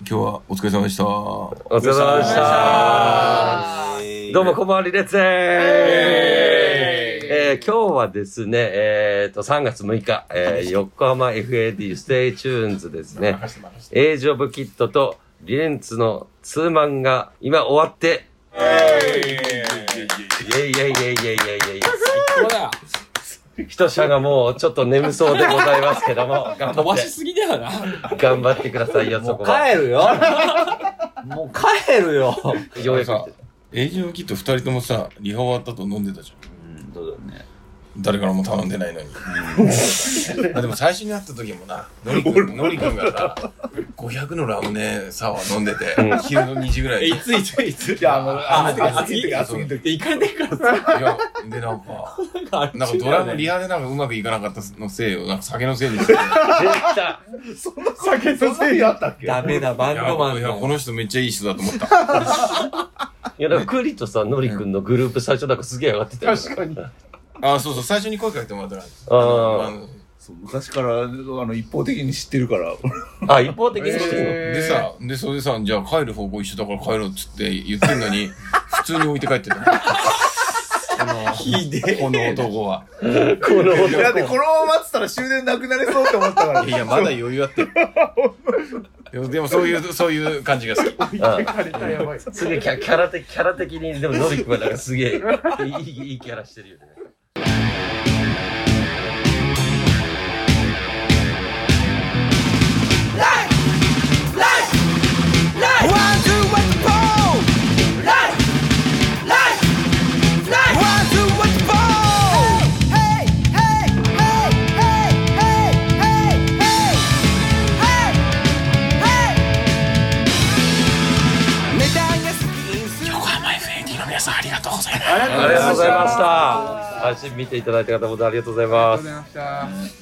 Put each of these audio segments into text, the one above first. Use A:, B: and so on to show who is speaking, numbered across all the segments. A: 今日はお疲れ様でした。
B: お疲れ様でした。どうも、こんばんは、リレッツえー今日はですね、えっ、と、3月6日、えー横浜 FAD ステイチューンズですね。エイジオブキットとリレンツのツーマンが今終わって、イェイイェイイェイイェイイェイイェイ。
C: そうだ
B: 一社がもうちょっと眠そうでございますけども、頑
C: 飛
B: 張
C: ば
B: っ
C: しすぎだよな。
B: て、頑張ってくださいよ、そこは。
D: 帰る よ。もう帰るよ。
B: ようやく
A: さ。営業キット二人ともさ、リハ終わった後飲んでたじゃ
D: そうだね。
A: ん。誰からも頼んでないのに。あでも最初に会った時もな、のりくん、のりくんがさ、500のラムネサワー飲んでて、昼の2時ぐらい。い
C: ついついつ。
E: いや、あの、あの
A: 暑い時暑い時
C: 行かれてるからさ、
A: や、でなんか、
C: なんかあっちだ
A: なんか
C: よね
A: ドラムリハでなんかうまくいかなかったのせいよ、なんか酒のせいにして。い
B: 出た
E: 酒のせいだったっけ
D: ダメだ、バン
A: や、
D: ドマ
A: い
D: ン
A: やこ
D: の。
A: の人めっちゃいい人だと思った。
B: いや、だから、クリとさ、ノリ君のグループ最初なんかすげえ上がってたよ。確かに。
A: あ、そうそう、最初に声かけてもらったら。
B: あ
A: の
E: そう昔から、あの、一方的に知ってるから。
B: あ、一方的にしてる
A: でさ、で、それでさ、じゃあ帰る方向一緒だから帰ろうっつって言ってんのに、 普通に置いて帰ってた。
E: ひで
A: この男は。
B: のこの
E: いや、で、このまま待ってたら終電なくなりそうって思った から。
A: いや、まだ余裕あって。でも、でもそういう、そういう感じが好き。
B: 男。うんすげえキャキャラ的、キャラ的に、でもノリ君はなんかすげえ、いい、いいキャラしてるよね。ありがとうございました。配信見ていただいた方、本当にありがとうございます。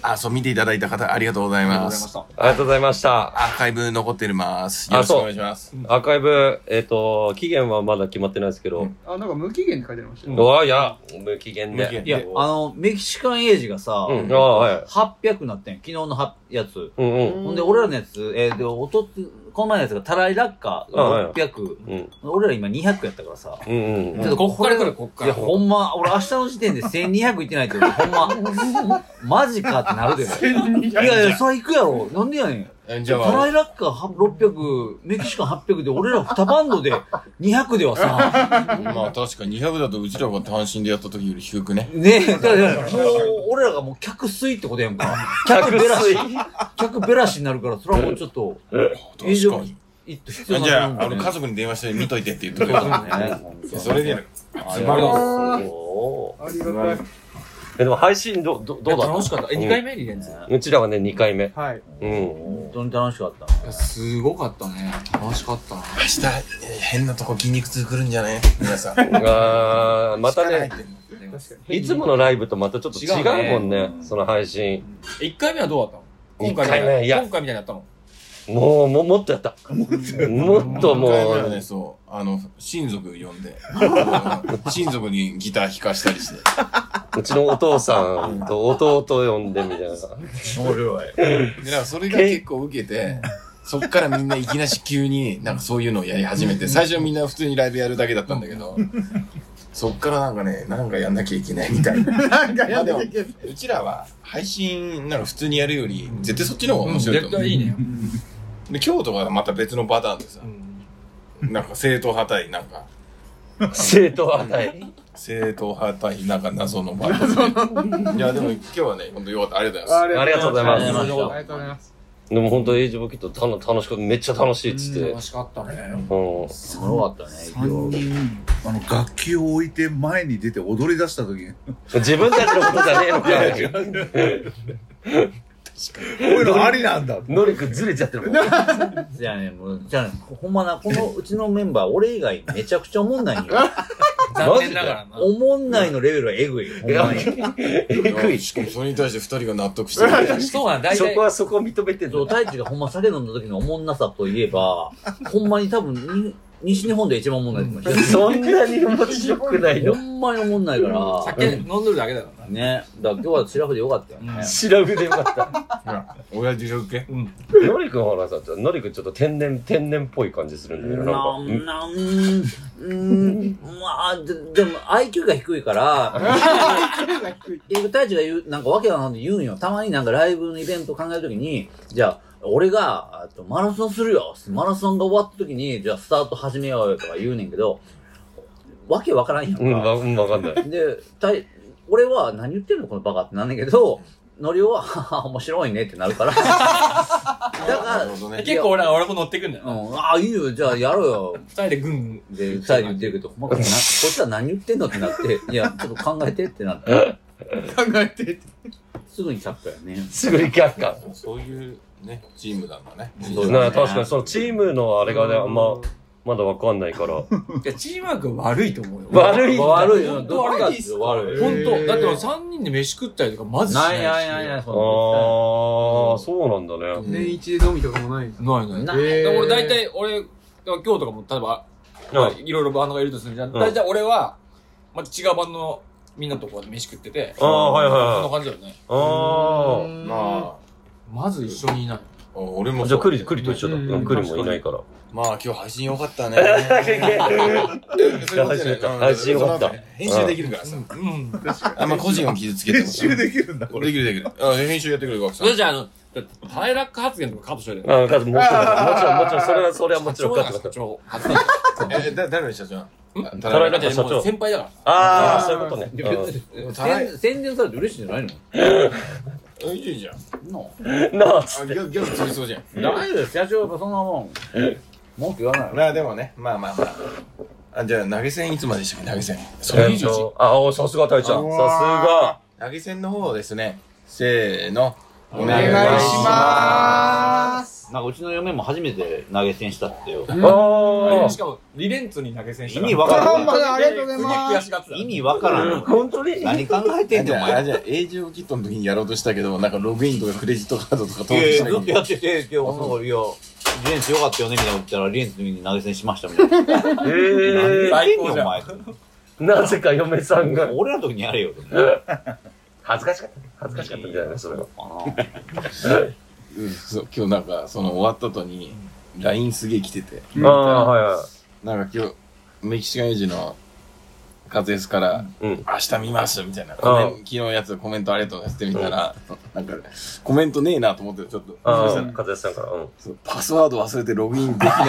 B: あ
A: あ、そう、見ていただいた方、ありがとうございます。
B: りがとうございました。
A: アーカイブ残ってます。よろしくお願いします。
B: アーカイブ、えっ、と、期限はまだ決まってないですけど、
F: あ、なんか無期限って書いてありました
B: う
F: よ。
B: わ、いや、無期限
A: 無期
B: で。
A: 限
D: いや、あの、メキシカンエイジがさ、
B: うん、あはい。
D: 800なってん。昨日のはやつ。
B: うんうん。
D: ほんで、俺らのやつ、えー、で、おとつ、この前のやつがタライラッカ
B: あはい
D: ー600。
B: うん。
D: 俺ら今200やったからさ。
B: うんうん。
D: ちょっと
C: こっから来る、こっか
D: いや、
C: ら。
D: ほんま、俺明日の時点で1200いってないって、ほんま、マジかってなるで。いやいや、それ行くやろ。なんでやねん。
A: えじ
D: ト
A: ゃ
D: ラ
A: あ、
D: イラッカー600、メキシカン800で、俺ら2バンドで200ではさ、
A: まあ確か200だとうちらが単身でやった時より低くね。
D: ねえ、だからもう、俺らがもう客水ってことやんか。客ベラシ、客ベラシになるから、それはもうちょっと、
A: 確
D: 以上
A: かに。
D: 一途必要
A: じゃ
D: な
A: あ、あの、家
D: 族
A: 族に電話して見といてって言ってくれ
D: だ
A: た。
D: ね。
A: それでやる。
D: あ
A: つ
D: り
A: ま
D: が
A: ら
D: と
A: ん
D: う
B: おー
F: ありが
B: え、でも配信ど、ど、どうだ
C: 楽
B: っ
C: しかった。え、
B: うん
C: 2回目にレンズ
B: たうちらはね、2回目。
F: たい。はい。
B: うん。
D: 本当に楽しかった。
C: すごかったね。楽しかったな。
A: 明日、えー変なとこ筋肉痛くるんじゃね皆さん。
B: あーまた
A: 力入
B: ね
A: っ、てんの
F: 確かに。
B: いつものライブとまたちょっと違うもんね、その配信。
C: 1回目はどうだったの今回
B: 一回目い
C: みたい
B: や
C: な。今回みたいになったの。
B: もう、も、もっとやった。もっとも
A: 一回目は
B: う
A: ね、、そう、あの、親族呼んで、親族にギター弾かしたりして。
B: うちのお父さんと弟呼んでみたいな。
A: で、なんかそれが結構受けて、そっからみんないきなし急になんかそういうのをやり始めて、最初はみんな普通にライブやるだけだったんだけど、そっからなんかね、なんかやんなきゃいけないみたいな。
E: なんか
A: まあ
E: や
A: でも、
E: めてけ。
A: うちらは配信なら普通にやるより、絶対そっちの方が面白いと
C: 絶
A: 思う。
C: 対いいね。
A: で、今日とかはまた別のパターンでさ、なんか正統派対、なんか、
B: 生徒はない。
A: 正統派対なんか謎のバイトでいやでも今日はね本当よかったありがとうございます
B: ありがとうござい
D: あ
B: ま
D: りがとうご
B: す。
D: ざい
F: ありがとうございます。
B: でも本当エイジボキット楽楽しかった。めっちゃ楽しいっつって
C: 楽。しかったね。
B: うん。
D: すごかったね、今
E: 3
D: 日。
E: 人、あの、楽器を置いて前に出て踊り出した時に、
B: 自分たちのことじゃねえのか。
E: こういうのありなんだ。
B: 能力ずれちゃってるもん。
D: じゃあね、もう、じゃあね、ほんまな、このうちのメンバー、俺以外めちゃくちゃおもん ないんよ。
C: 残念ながらな。
D: おもんないのレベルはえぐい。ほんまに。
B: えぐい。
A: しかもそれに対して二人が納得してる
C: そうなんだ、大
B: そ
C: 体
B: こ。はそこを認めてん
D: そ
B: の。
D: う、大地がほんま酒飲んだ時のおもんなさといえば、ほんまに多分に、西日本で一番おもんないと思いまし
B: そんなに面白くない
D: た。
B: の
D: ほ。んまにおもんないから。
C: 酒飲んでるだけだからな。
D: ね。だから今日はシラフでよかったよね。
B: 調べてよかっ
A: 親父受け
B: た。のりくんほらさ、ちょのりくんちょっと天然、天然っぽい感じするんだけど、
D: な
B: なん
D: ん、
B: か。
D: なん、うん、まあ、ででも IQ が低いから、英語大地が言う、なんかわけがなんて言うんよ。たまになんかライブのイベント考えるときに、じゃあ、俺が、あとマラソンするよ。マラソンが終わったときに、じゃあスタート始めようよとか言うねんけど、わけわからんやんか。
B: うん、わ、うん、わかんない。
D: で、たい俺は何言ってんのこのバカってなんだけど、ノリオは、はは面白いねってなるから。だ
A: な
D: か
A: るほど
C: え
A: ね
C: 結構俺ら、俺も乗ってくんだ
D: ら、
C: よ
D: うん、
C: な。
D: ああ、いいよ、じゃあやろうよ。
C: 二人でぐんぐん。
D: で、二人で言ってるけど、ほんまこいつなこいつら何言ってんのってなって、いや、ちょっと考えてってなって、
F: 考えて。
D: すぐに去ったよね。
B: すぐに却下。
A: そういうねチームなんだね
D: そうだね
B: な確かに、そのチームのあれがね、あんま、まだわかんないから。
C: いや、チームワーク悪いと思うよ。
B: 悪いんだ
D: 悪いよ。
C: 本
D: ど
C: 当
D: こ
C: 悪
D: かっ
C: い
D: てい
C: っす
D: うと悪い。
C: 本当だって俺三人で飯食ったりとかまずしな
D: ないい
C: し。
D: ないないない、
C: い。
B: あ
D: そ
B: ー、そうなんだね。
F: 年一で飲みとかもないです。
C: ないない。
D: ない
F: え
C: だ
F: ー
C: から俺大体、俺、だから今日とかも、例えば、まあいろいろバンドがいるとするじゃん。
B: うん
C: 大体俺は、また違うバンドのみんなとこう飯食ってて、
B: ああ、はい
C: そんな
B: は
C: 感じだよね。
B: いはい。あ
A: ま
C: まず一緒にいない。
A: あ俺も
B: あ。じゃあ、クリ、
A: り
B: クリと一緒だ。
F: うん
B: うんクリもいないから。
A: まあ今日配信良か ったね
B: 配信良かった
A: うん編集できるからさ
C: うん。
A: あんま個人を傷つけても
E: 練習できるんだ、これ。
A: できるできるあ編集やってくれるわけ
C: そ
A: さ
C: れじゃあ、あの、だって、タイラック発言とかカットしといて。
B: あ、かつ、もちろん、もちろん、もちろん、それは、それはもちろん、か
C: 社長だ
B: つ
C: か
B: かつ。
C: ら社長。発言。
A: えだ誰の社長
C: ん
A: 田
B: 中
A: 中
B: だって社長
C: もう先輩だから。
B: ああ、そういうことね。う
D: うですね。宣宣伝されて嬉しいんじゃない
A: あいいじゃんあ
D: の
B: んなあ、つって。
A: ギャギャグ通りそうじゃん
D: 大丈夫です。社長やっぱそんなもん、文句言わない よ。
A: まあでもねまあまあまああじゃあ投げ銭いつまでしたっけ投げ銭それ
B: え
A: 以
B: っ
A: 上
B: とあ、おさすが、たいちゃん。さす
E: う
B: が
E: わ。
A: 投げ銭の方をですねせーのお
E: お願いします。
D: なんかうちの嫁も初めて投げ銭したってよ。
B: あ
C: しかも、リレンツに投げ銭した
D: 意味
C: から。
D: わ
E: あ
D: から
E: ほん
D: ん。
E: まだありがとうござい
C: すげえ
E: ま
C: 悔
E: す。
C: しがってた。
D: 意味わからん
B: あ。。本当に
D: 何考えてん
A: じ
D: のお
A: ゃあ、
D: 前。
A: じゃあ、永住キットの時にやろうとしたけど、なんかログインとかクレジットカードとか
D: い
A: 登録し
D: やい
A: なきゃ
D: やずっとやってて、今日、なんか、いや、リエンスよかったよね、みたいなこと言ったら、リエンスの意味に投げ銭しました、みたい な。
B: ええ
D: 何言ってんね
C: 最高じゃ
D: ん
C: ん
D: お前。
B: なぜか嫁さんが。
D: 俺らの時にやれよ、と思って
B: 恥ずかしかった。恥ずかしかったんじゃないのそれは。
A: うんそう今日なんか、その終わった後に、LINE すげえ来てて、
B: ああ、はいはい。
A: なんか今日、メキシカンエイジのカズエスから、
B: うん
A: 明日見ますみたいな、コメン
B: うん
A: 昨日のやつコメントありがとうねってみたら、なんか、コメントねえなと思って、ちょっと、
B: あ
A: そした
B: あ、
A: ら
B: 和也さんから。うん。
A: そうパスワード忘れてログインできなくて、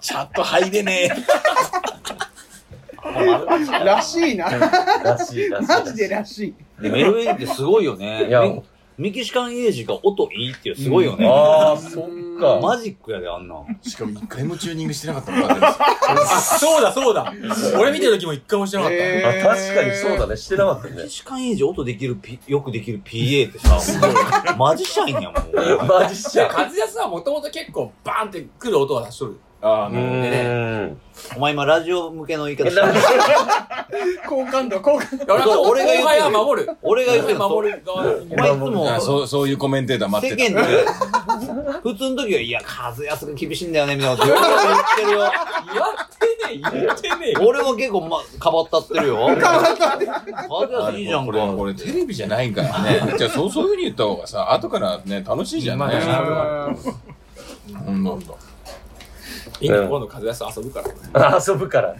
A: チャット入れねえ。
F: らしい な。
B: らしい、らしい。
F: マジでらしい。
D: でも LA ってすごいよね。
B: いや
D: メメキシカンエイジが音いいっていうすごいよね。
B: ああ、そっか。
D: マジックやで、あんなん。
A: しかも一回もチューニングしてなかったのか
C: あそうだそうだ。俺見てる時も一回もしてなかった。
B: あ確かにそうだね。してなかった
D: メ
B: ね
D: キ。シカンエイジ音できるピ、よくできる PA ってさ、もうマジシャンやもん。
B: マジシ
C: じゃ
B: ャ
C: あ、
B: ン。
C: カズヤさんはもともと結構バーンって来る音は出しとる。
A: ああ、
B: う
A: なるほど
B: ーん。
D: お前今ラジオ向けの言い方し
B: な
D: た
B: ん。か
F: 好感度、好感度。
C: 俺
D: そう俺が言う
C: 後輩は守る。
D: 俺が言ってるの
C: 守る側の人
D: お
C: 間
D: 前いつ
A: あ
D: も、
A: そうそういうコメンテーター待
D: 世
A: ってた。
D: 間で、普通の時は、いや、数安が厳しいんだよね、みたいな こと言ってるよ。
C: 言ってねえ、言ってねえ。
D: 俺も結構、ま、かばったってるよ。かばったって。数
A: あ
D: 安いいじゃん
A: こ
D: か。
A: れ、これテレビじゃないからね。じゃあ、そう、そういう風に言った方がさ、後からね、楽しいじゃんね。ほんとほんと。
C: 今度カズヤさん遊ぶから。
B: 遊ぶから。い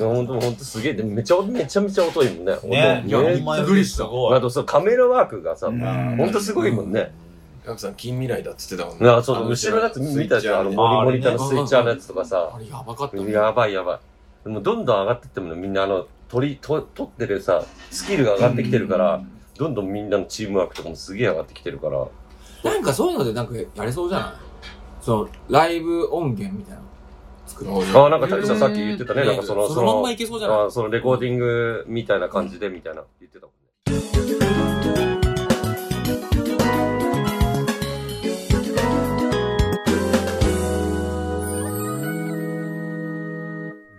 B: やほんとほんとすげえ。でもめちゃめちゃめちゃ音いいもんね。
D: ね
B: 音めっ
D: お前
B: ちゃ
D: す
B: ま
D: ご
B: あ
D: い。
B: とそうカメラワークがさ、ほ
E: ん
B: んとすごいもんね。
A: ガクさん、近未来だっつってたもんね。
B: あそう、後ろのやつ見たじゃん。あの、
A: あ
B: モニモニターのスイッチャーのやつとか
C: あ
B: さ。
C: れやばかった。
B: やばいやばい。でもどんどん上がってってもねみんなあの、取り、と取ってるさ、スキルが上がってきてるから、どんどんみんなのチームワークとかもすげえ上がってきてるから。
C: なんかそういうのでなんかやれそうじゃないその、ライブ音源みたいな。作ろう。
B: あ
A: あ
B: あ、なんか、さっき言ってたね。なんかその、
C: そのまんまいけそうじゃない
B: あーそのレコーディングみたいな感じで、みたいな言ってたもんね。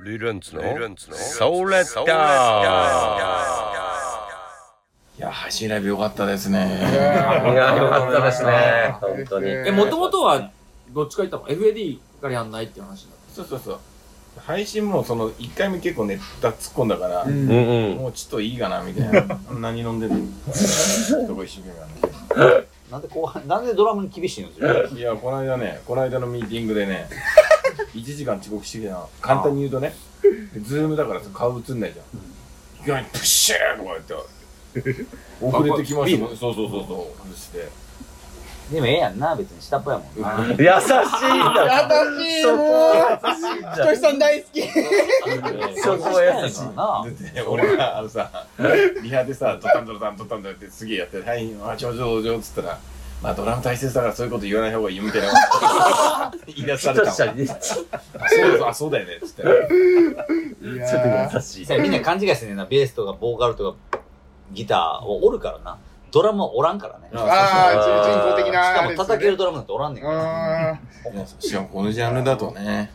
G: リレンツのソーレッダー
A: いや、配信ライブ良かったですね。
B: いや、よかったですね。本当に。
C: え、もともとは、どっちか言ったの ?FAD からやんないっていう話だっ
A: そうそうそう。配信もその1回目結構ネタ突っ込んだから、
B: うんうん。
A: もうちょっといいかなみたいな。何飲んでん のとこ一生懸命やんだ
D: なんで後半、なんでドラムに厳しいの自分
A: けどいや、この間ね、この間のミーティングでね、1時間遅刻してきたの。簡単に言うとね、でズームだからさ顔映んないじゃん。いきなりプッシューとか 言って、遅れてきましたもん。そうそうそうそう。して。
D: でもええやんな、別に下っ端やもんな。
B: 優しいんだ。
F: 優しい
B: そこ
F: もう
B: は優しいん
F: ひと
B: だ。
F: りさん大好き
B: そこは優しい。
D: な。
A: で俺があの さリハでさ「ドタンドタンドタンドタン」ってすげえやって「はいあ上々上々」っつったら「まあドラム大切だからそういうこと言わない方がいいよ」みたいな 言い出されたもん
B: ちょ
A: あ
B: っとした
A: そうそうあそうだよね」っつって
F: い
B: ちょっと
F: や
B: 優しい。
D: さみんな勘違いしてんねんな、ベースとかボーカルとかギターをおるからな。ドラムはおらんからね。
F: ーああ人工的な
D: しか
F: あ
D: も
F: れですよね
D: 叩けるドラムなんておらんねんから。
F: ああ
A: しかもこのジャンルだとね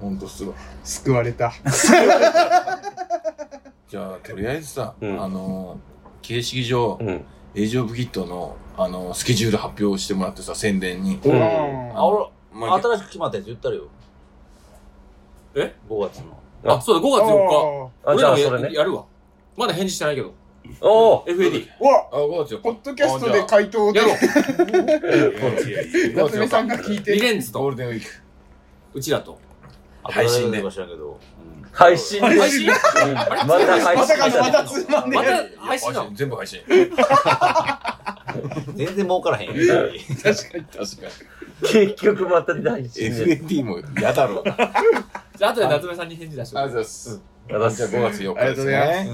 A: ほんとすごい
F: 救われた
A: じゃあとりあえずさ、
B: うん
A: あの形式上、
B: うん。
A: エイジ・オブ・キットの、あのスケジュール発表してもらってさ宣伝に、
B: う。
F: うんん
A: あ
D: あ、俺、
A: まあ、
D: 新しく決まったやつ言ったるよ。
C: え
D: ?5 月の。
C: た。あ、そうだ、5月4日。
F: おー
B: あ、
C: 俺
B: じゃ
C: ら
B: あ
C: もや
B: それね。
C: やるわ。まだ返事してないけど。
B: おお。
C: FAD。
F: うわ
A: あ5月よ
F: ポッドキャストで回答で
C: やろう。
F: 夏目さんが聞い
C: リ
F: て
C: レンズ
A: ゴー
C: と、
A: ルデンウィーク
C: うちらと。
A: 配信で
D: あどれが出るか知らんけど。うん
B: 配信で。
C: 配信
B: うんまた配
F: ま
B: 信
F: さ
B: だ
F: かのま
B: ね。
F: たつまんで
C: ま
F: る
C: た配信なの
A: 全部 配信
D: 全然儲からへんよ。
A: 確かに確かに
B: 結局また 配信で。
A: FAD も嫌だろうな。あり
C: じゃあ、後で夏目さんに返事出して
A: がとうございます。
B: 私
A: じゃあ5月4
F: あ
A: 日
F: り
A: で
F: がとう
A: す
F: ござ
A: ね。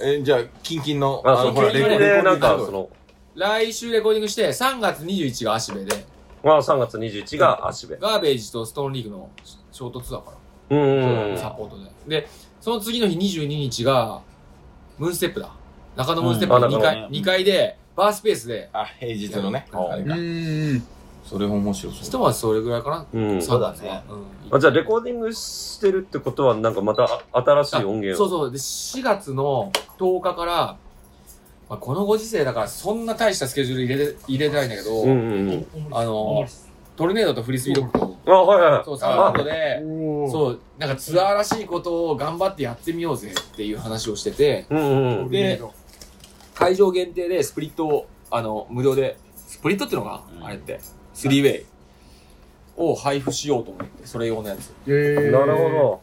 A: え、じゃあ、キンキンの、
B: あ、そう、
A: ほら、
B: 急
A: レ
B: に
A: コーディ
B: ね、
A: ング
B: なんか、その、
C: 来週レコーディングして、3月21が足部で、
B: まあ、3月21日が足部。
C: ガーベージとストーンリーグの衝突だから。
B: うんうんうん。
C: サポートで。で、その次の日22日が、ムーンステップだ。中野ムーンステップ
B: うん
C: の
B: あ
C: 2
B: 中
D: 野
C: 階、
D: ね
C: 二階で、バースペースで、
A: あ、平日のね。
C: うん
A: あれ
F: う
A: か。
F: ーん
A: それも面白
C: ひ
A: そ
C: と
A: う。
C: まずそれぐらいかな。
B: うん。
D: そうだね
C: うん
B: あじゃあ、レコーディングしてるってことは、なんかまたあ新しい音源を。
C: そうそう。で、4月の10日から、まあ、このご時世だからそんな大したスケジュール入れて、入れてないんだけど、
B: うんうんうん。
C: あの、トルネードとフリスビードッグと、
B: あ、はいはい。
C: そう、サード
F: お
C: で、
F: ー
C: そう、なんかツアーらしいことを頑張ってやってみようぜっていう話をしてて、
B: うんうん。
C: で、会場限定でスプリットを、あの、無料で、スプリットっていうのが、
D: うん
C: あれって、スリーウェイを配布しようと思って、それ用のやつ。
F: えー
B: なるほど。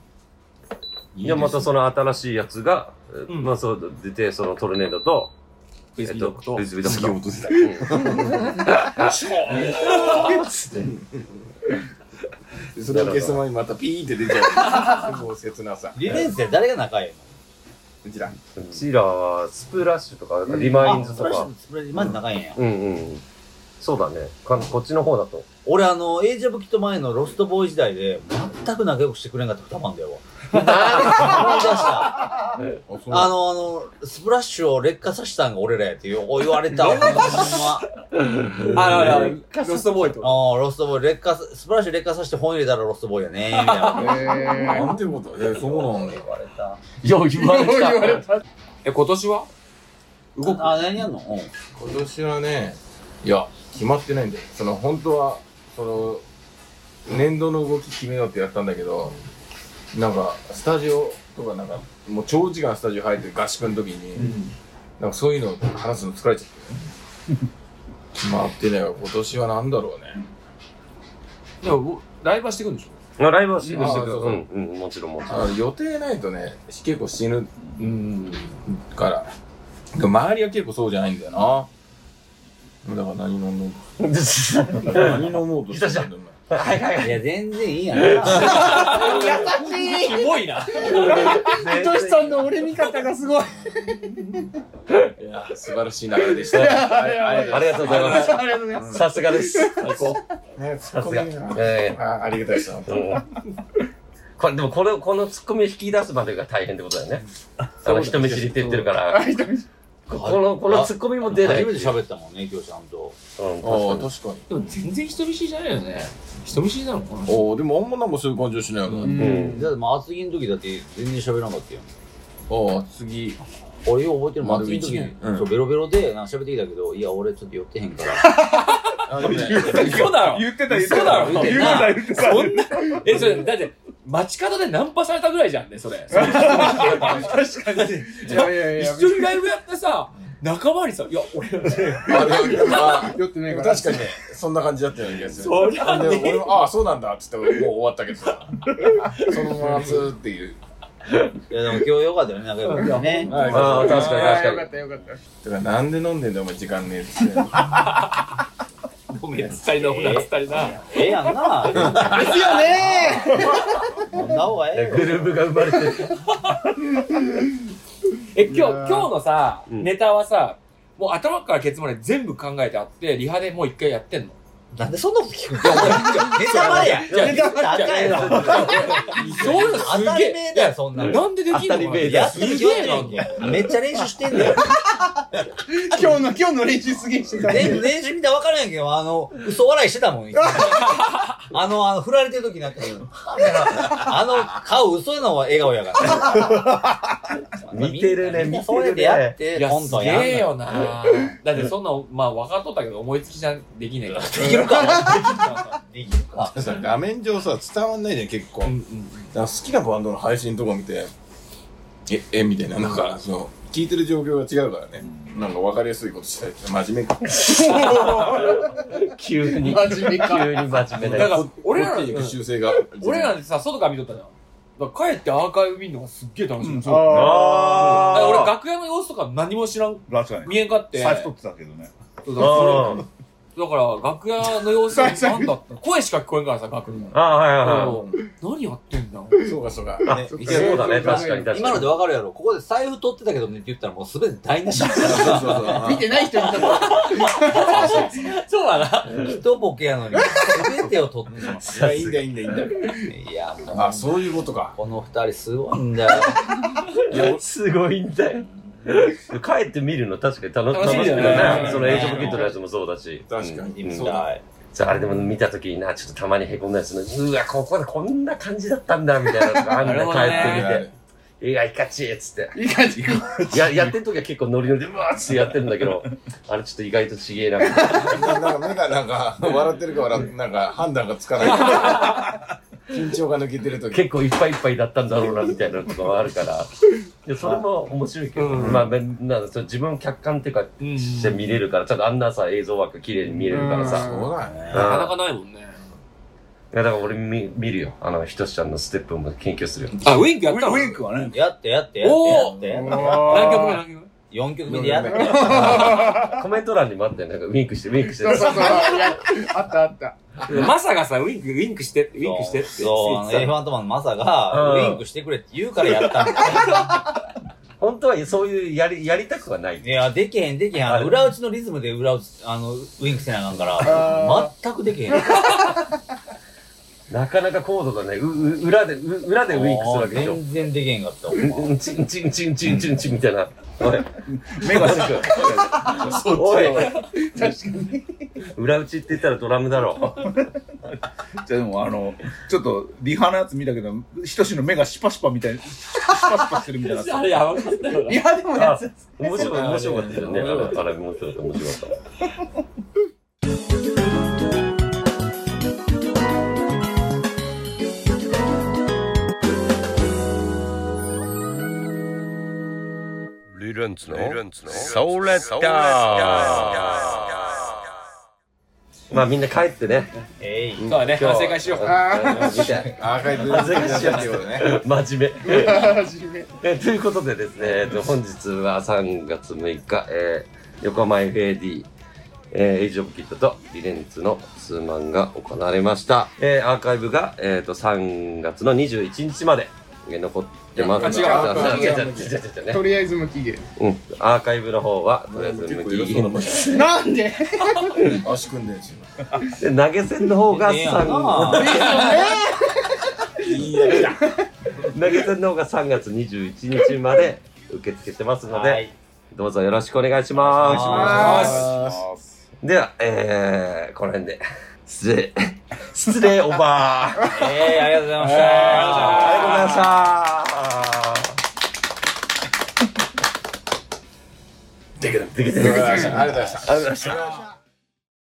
A: い
B: いや、またその新しいやつが、え
C: うん
B: まあ、そう、出て、そのトルネードと、
C: ベースビードッグと、
B: えっと、ベースビードッグと。
A: すでそれを消す前にまたピーって出ちゃう。もう切なさ。
D: リレンズで誰が仲いいの
A: うちら。
B: うんうちらは、スプラッシュとか、リマインズとか
D: あ。スプラッシュマジ仲いいんや。
B: うんうん。そうだね。かこっちの方だと。
D: 俺あの、エイジオブキット前のロストボーイ時代で、全く仲良くしてくれんかった二番だよ。 思い出した。
A: あ、そう
D: あの、あの、スプラッシュを劣化させたんが俺らやって言う言われた わ。ほんま。
C: あらあら、ロストボーイと。
D: ああ、ロストボーイ、劣化さ、スプラッシュ劣化させて本入れたらロストボーイやね、みたいな。
F: え
A: なんてことえ、そうなんだよ。
D: 言われた。
C: え、今年は動く
D: あ、何やんのう
A: 今年はねいや決まってないんだよその本当はその年度の動き決めようってやったんだけどなんかスタジオとかなんかもう長時間スタジオ入って合宿の時に、なんかそういうの話すの疲れちゃって決まってないから今年は何だろうね
C: でも、ライブはしてくんでしょ
B: まあ、ライブはしてく
A: あ
B: し
A: ー
B: てく
A: そう
B: う
A: そうん
B: うん、もちろんもちろん。
A: あ予定ないとね結構死ぬうんからでも周りは結構そうじゃないんだよなだから何飲もうとしてんの何飲もうとしてんの
D: ん。いや、全然いいやん。優しい。キモいな。
F: ーひとしさんの俺見方がすごい
A: いやー素晴らしい流れでした。ありがとう
B: ありがとうございま
F: ありがとうございます
B: す。さすがです。
A: さすが。
B: ええ
A: あありがたいです。本当
B: うんこれ、でもこれ、このツッコミを引き出すまでが大変ってことだよね。あの人見知りって言ってるから、
F: あひとみ
B: ここの、このツッコミも出ない。
D: 初めて喋ったもんね、今日ちゃんと。
B: う
A: あ
B: ん
A: あ
B: 確かに
A: 確かに。
C: でも全然人見知りじゃないよね。人見知りなのかな
A: おおでもあんまなんかそういう感じはしないよね。
F: う
B: ん
F: ん
D: だってもう厚木の時だって全然喋らなかったよ。
A: ああ次
D: 俺よう覚えてるもん、
A: 丸
D: 厚木
A: 一
D: の時に
A: 年、うん
D: そうベロベロでなんか喋ってきたけど、いや、俺ちょっと寄ってへんから。
C: 嘘だろ
H: 言ってた言って
C: 嘘だ
H: た
C: ろ
H: 言ってた言ってた
C: そんな、え、それ、だって、街角でナンパされたぐらいじゃんね、それ。
F: 確かに。いやいやいや、
C: 一緒にライブやってさ、仲間にさ、いや、俺、
A: あでもま
F: 酔ってな
A: あ
F: いから。
A: 確かにね、そんな感じだったような気がする。
C: そりゃね
A: でも俺も、ああ、そうなんだっつって、もう終わったけど さ。そのままずーっていう。
D: いやでも今日よかったよね、仲良かったね。
B: ああ、確かに
F: あー
B: 確
F: よ
B: か
F: か
B: に
F: っ。たよかった。
A: だからなんで飲んでんだよお前時間ねえっつ って。
C: ごめん、伝えな、ほら、伝えな。
D: ええやんな。
F: ですよね
D: 飲んだ方がええよ。
B: グループが生まれてる。
C: え、今日、今日のさ、
B: うん
C: ネタはさ、もう頭からケツまで全部考えてあって、リハでもう一回やってんの。
D: なんでそんなこと聞くのネタバレや。ネタバレあかんやろ。
C: そういうのす
D: 当た
C: げ
D: り
C: え
D: 前。だよ、そんなの。
C: なんでできんの
B: 当たり前だ
D: やっ
C: す
D: てる
C: げ
D: 気
C: え
D: は
C: な
D: ないんだよ。めっちゃ練習してんだよ。
F: 今日の、今日の練習すげえしてた。
D: 練練習見たら分からんやけど、あの、嘘笑いしてたもん。 あの、あの、振られてる時なんか、あの、顔嘘のは笑顔やから。
B: 見てるね
D: み
B: 見てる
D: んな
B: ね
D: そうやってやっ
C: い
D: て、
C: や、
D: コン
C: す
D: ト
C: げ
D: やんの
C: えよな。だってそんな、まあ分かっとったけど、思いつきじゃできねえから。
D: できるかできるか。
A: さ画面上さ伝わんないじゃん結構、だから好きなバンドの配信とか見てええみたいななんかその聞いてる状況が違うからね、なんか分かりやすいことしたりって真面目か
B: 急に、
F: 真面目か
B: 急に真面目
C: だ
B: だ
C: か
B: よ。
C: ら、俺ら
A: こっちに行く習性が
C: 俺らでさ、外から見とったじゃん。だから帰ってアーカイブ見るのがすっげえ楽しみ。だか
F: あ
C: ら俺
B: あ
C: 楽屋の様子とか何も知らん、
E: 確かに
C: 見えんかって。
E: 財布取ってたけどね
C: そう
B: あ。
C: だからそ
B: あ
C: れだから、楽屋の様子は何だったの声しか聞こえんからさ、楽屋の。
B: あ。ああ、はいはい。
C: うん何やってんだ
A: そうかそうか、ね、
B: あ、そうだね。確かに確かに。
D: 今ので分かるやろ。ここで財布取ってたけどねって言ったらもうすべて台無し。
A: そうそうそう
F: 見てない人にとっては
C: そうだ な。
D: 一ボケやのに、すべてを取ってしま
A: いやいいんだいいんだいいんだ
D: う。いや、もう、
A: あそういうことか
D: この二人すごいん だよ。
B: すごいんだよ。帰って見るの確かに楽
C: 楽し
B: 楽
C: み
B: し
C: だ
B: み
C: よね
B: だね。そのエイジョブキットのやつもそうだし。
A: 確かに
B: うん
A: そうだ
B: さあ、あれでも見たときにな、ちょっとたまにへこんだりするの。うわ、ここでこんな感じだったんだ、みたいなのと か。あん
C: なる
B: な
C: ほどね
A: あるあ
B: 帰って
A: る
B: みて。いや、イカチーっつって。
F: いい感じ。
B: や、やってるときは結構ノリノリで、うわーっつってやってるんだけど、あれちょっと意外とちげえな。
A: ななんか目がなんか笑ってるか笑ってなんか判断がつかない緊張が抜けてる時
B: 結構いっぱいいっぱいだったんだろうな、みたいなのとかはあるから。 いやそれも面白いけど、
C: うん
B: まあ、めなんかそれ自分を客観っていうか、
C: うん
B: して見れるから、ちゃんとあんなさ、映像枠綺麗に見れるからさ。
A: そうだね
C: なかなかないもんね。
B: いや、だから俺見見るよ。あの、ひとしちゃんのステップも研究するよ。
C: あ、ウィンクや
H: ウ
C: ったの
H: ィンクはね
D: やってやってやってやって。
C: 何曲目何曲
D: 4曲目でやって。
B: コメント欄にもあったよ。なんかウィンクして、ウィンクして。
F: そうそ うそう。あったあった。
C: 目マサがさ、ウィンク、ウィンクして、ウィンクしてって。
D: そう、あの、エレファントマンのマサが、ウ
B: うん
D: ィンクしてくれって言うからやったん だ
B: 本当はそういうやり、やりたくはない。
D: いや、できへん、できへん。あの、裏打ちのリズムで裏打ち、あの、ウィンクせなあかんから、全くできへん。
B: なかなか高度だね。う、う、裏で、う、裏でウィンクするわけでしょ。
D: 全然できへんかった。ほんま
B: うんうんちんちんちんちんちんちんみたいな。おい、
E: 目が
B: マジ君。おい、
F: 確かに。
B: 裏打ちって言ったらドラムだろ。
E: じゃあでもあのちょっとリハのやつ見たけどひとしの目がシパシパみたいシパシパしてるみたい
C: あ
E: な
C: れやばかったよな。
F: いや、でもや
B: あ
F: つ。、
B: 面白い、面白かったよね。あれ、あれ面白かった、面白かっ
G: リレンツのソーレッダー
B: た。まあみんな帰ってね。
D: えい。
C: そうだね、反省会しよう。
B: 見て。
A: アーカイブ全然しちゃってことね
B: 真面目。
F: 真面目。
B: えということでですね、えっと、本日は3月6日、えー横浜 FAD、えー、エイジオブキットとリレンツの数万が行われました。えーアーカイブが、えっと3月の21日まで、えー残ってます。
A: いや違う
B: あ違う違う違う違う違う
F: とりあえず無期限。
B: 違ううんアーカイブの方は、とりあえず無期限で
F: なんで
A: 足組んでるし
B: 投げ銭の方が
D: ええやんな
B: 3、投げ銭の方が3月21日まで受け付けてますので、
D: はい
B: どうぞよろしくお願いします。
D: お願いします
B: では、えー、この辺で、失礼、失礼オーバー。
D: えい、ありがとうございまし
B: あり
D: た。
B: がとうございま
A: ありがとうございま
B: した。
A: したありがとうございました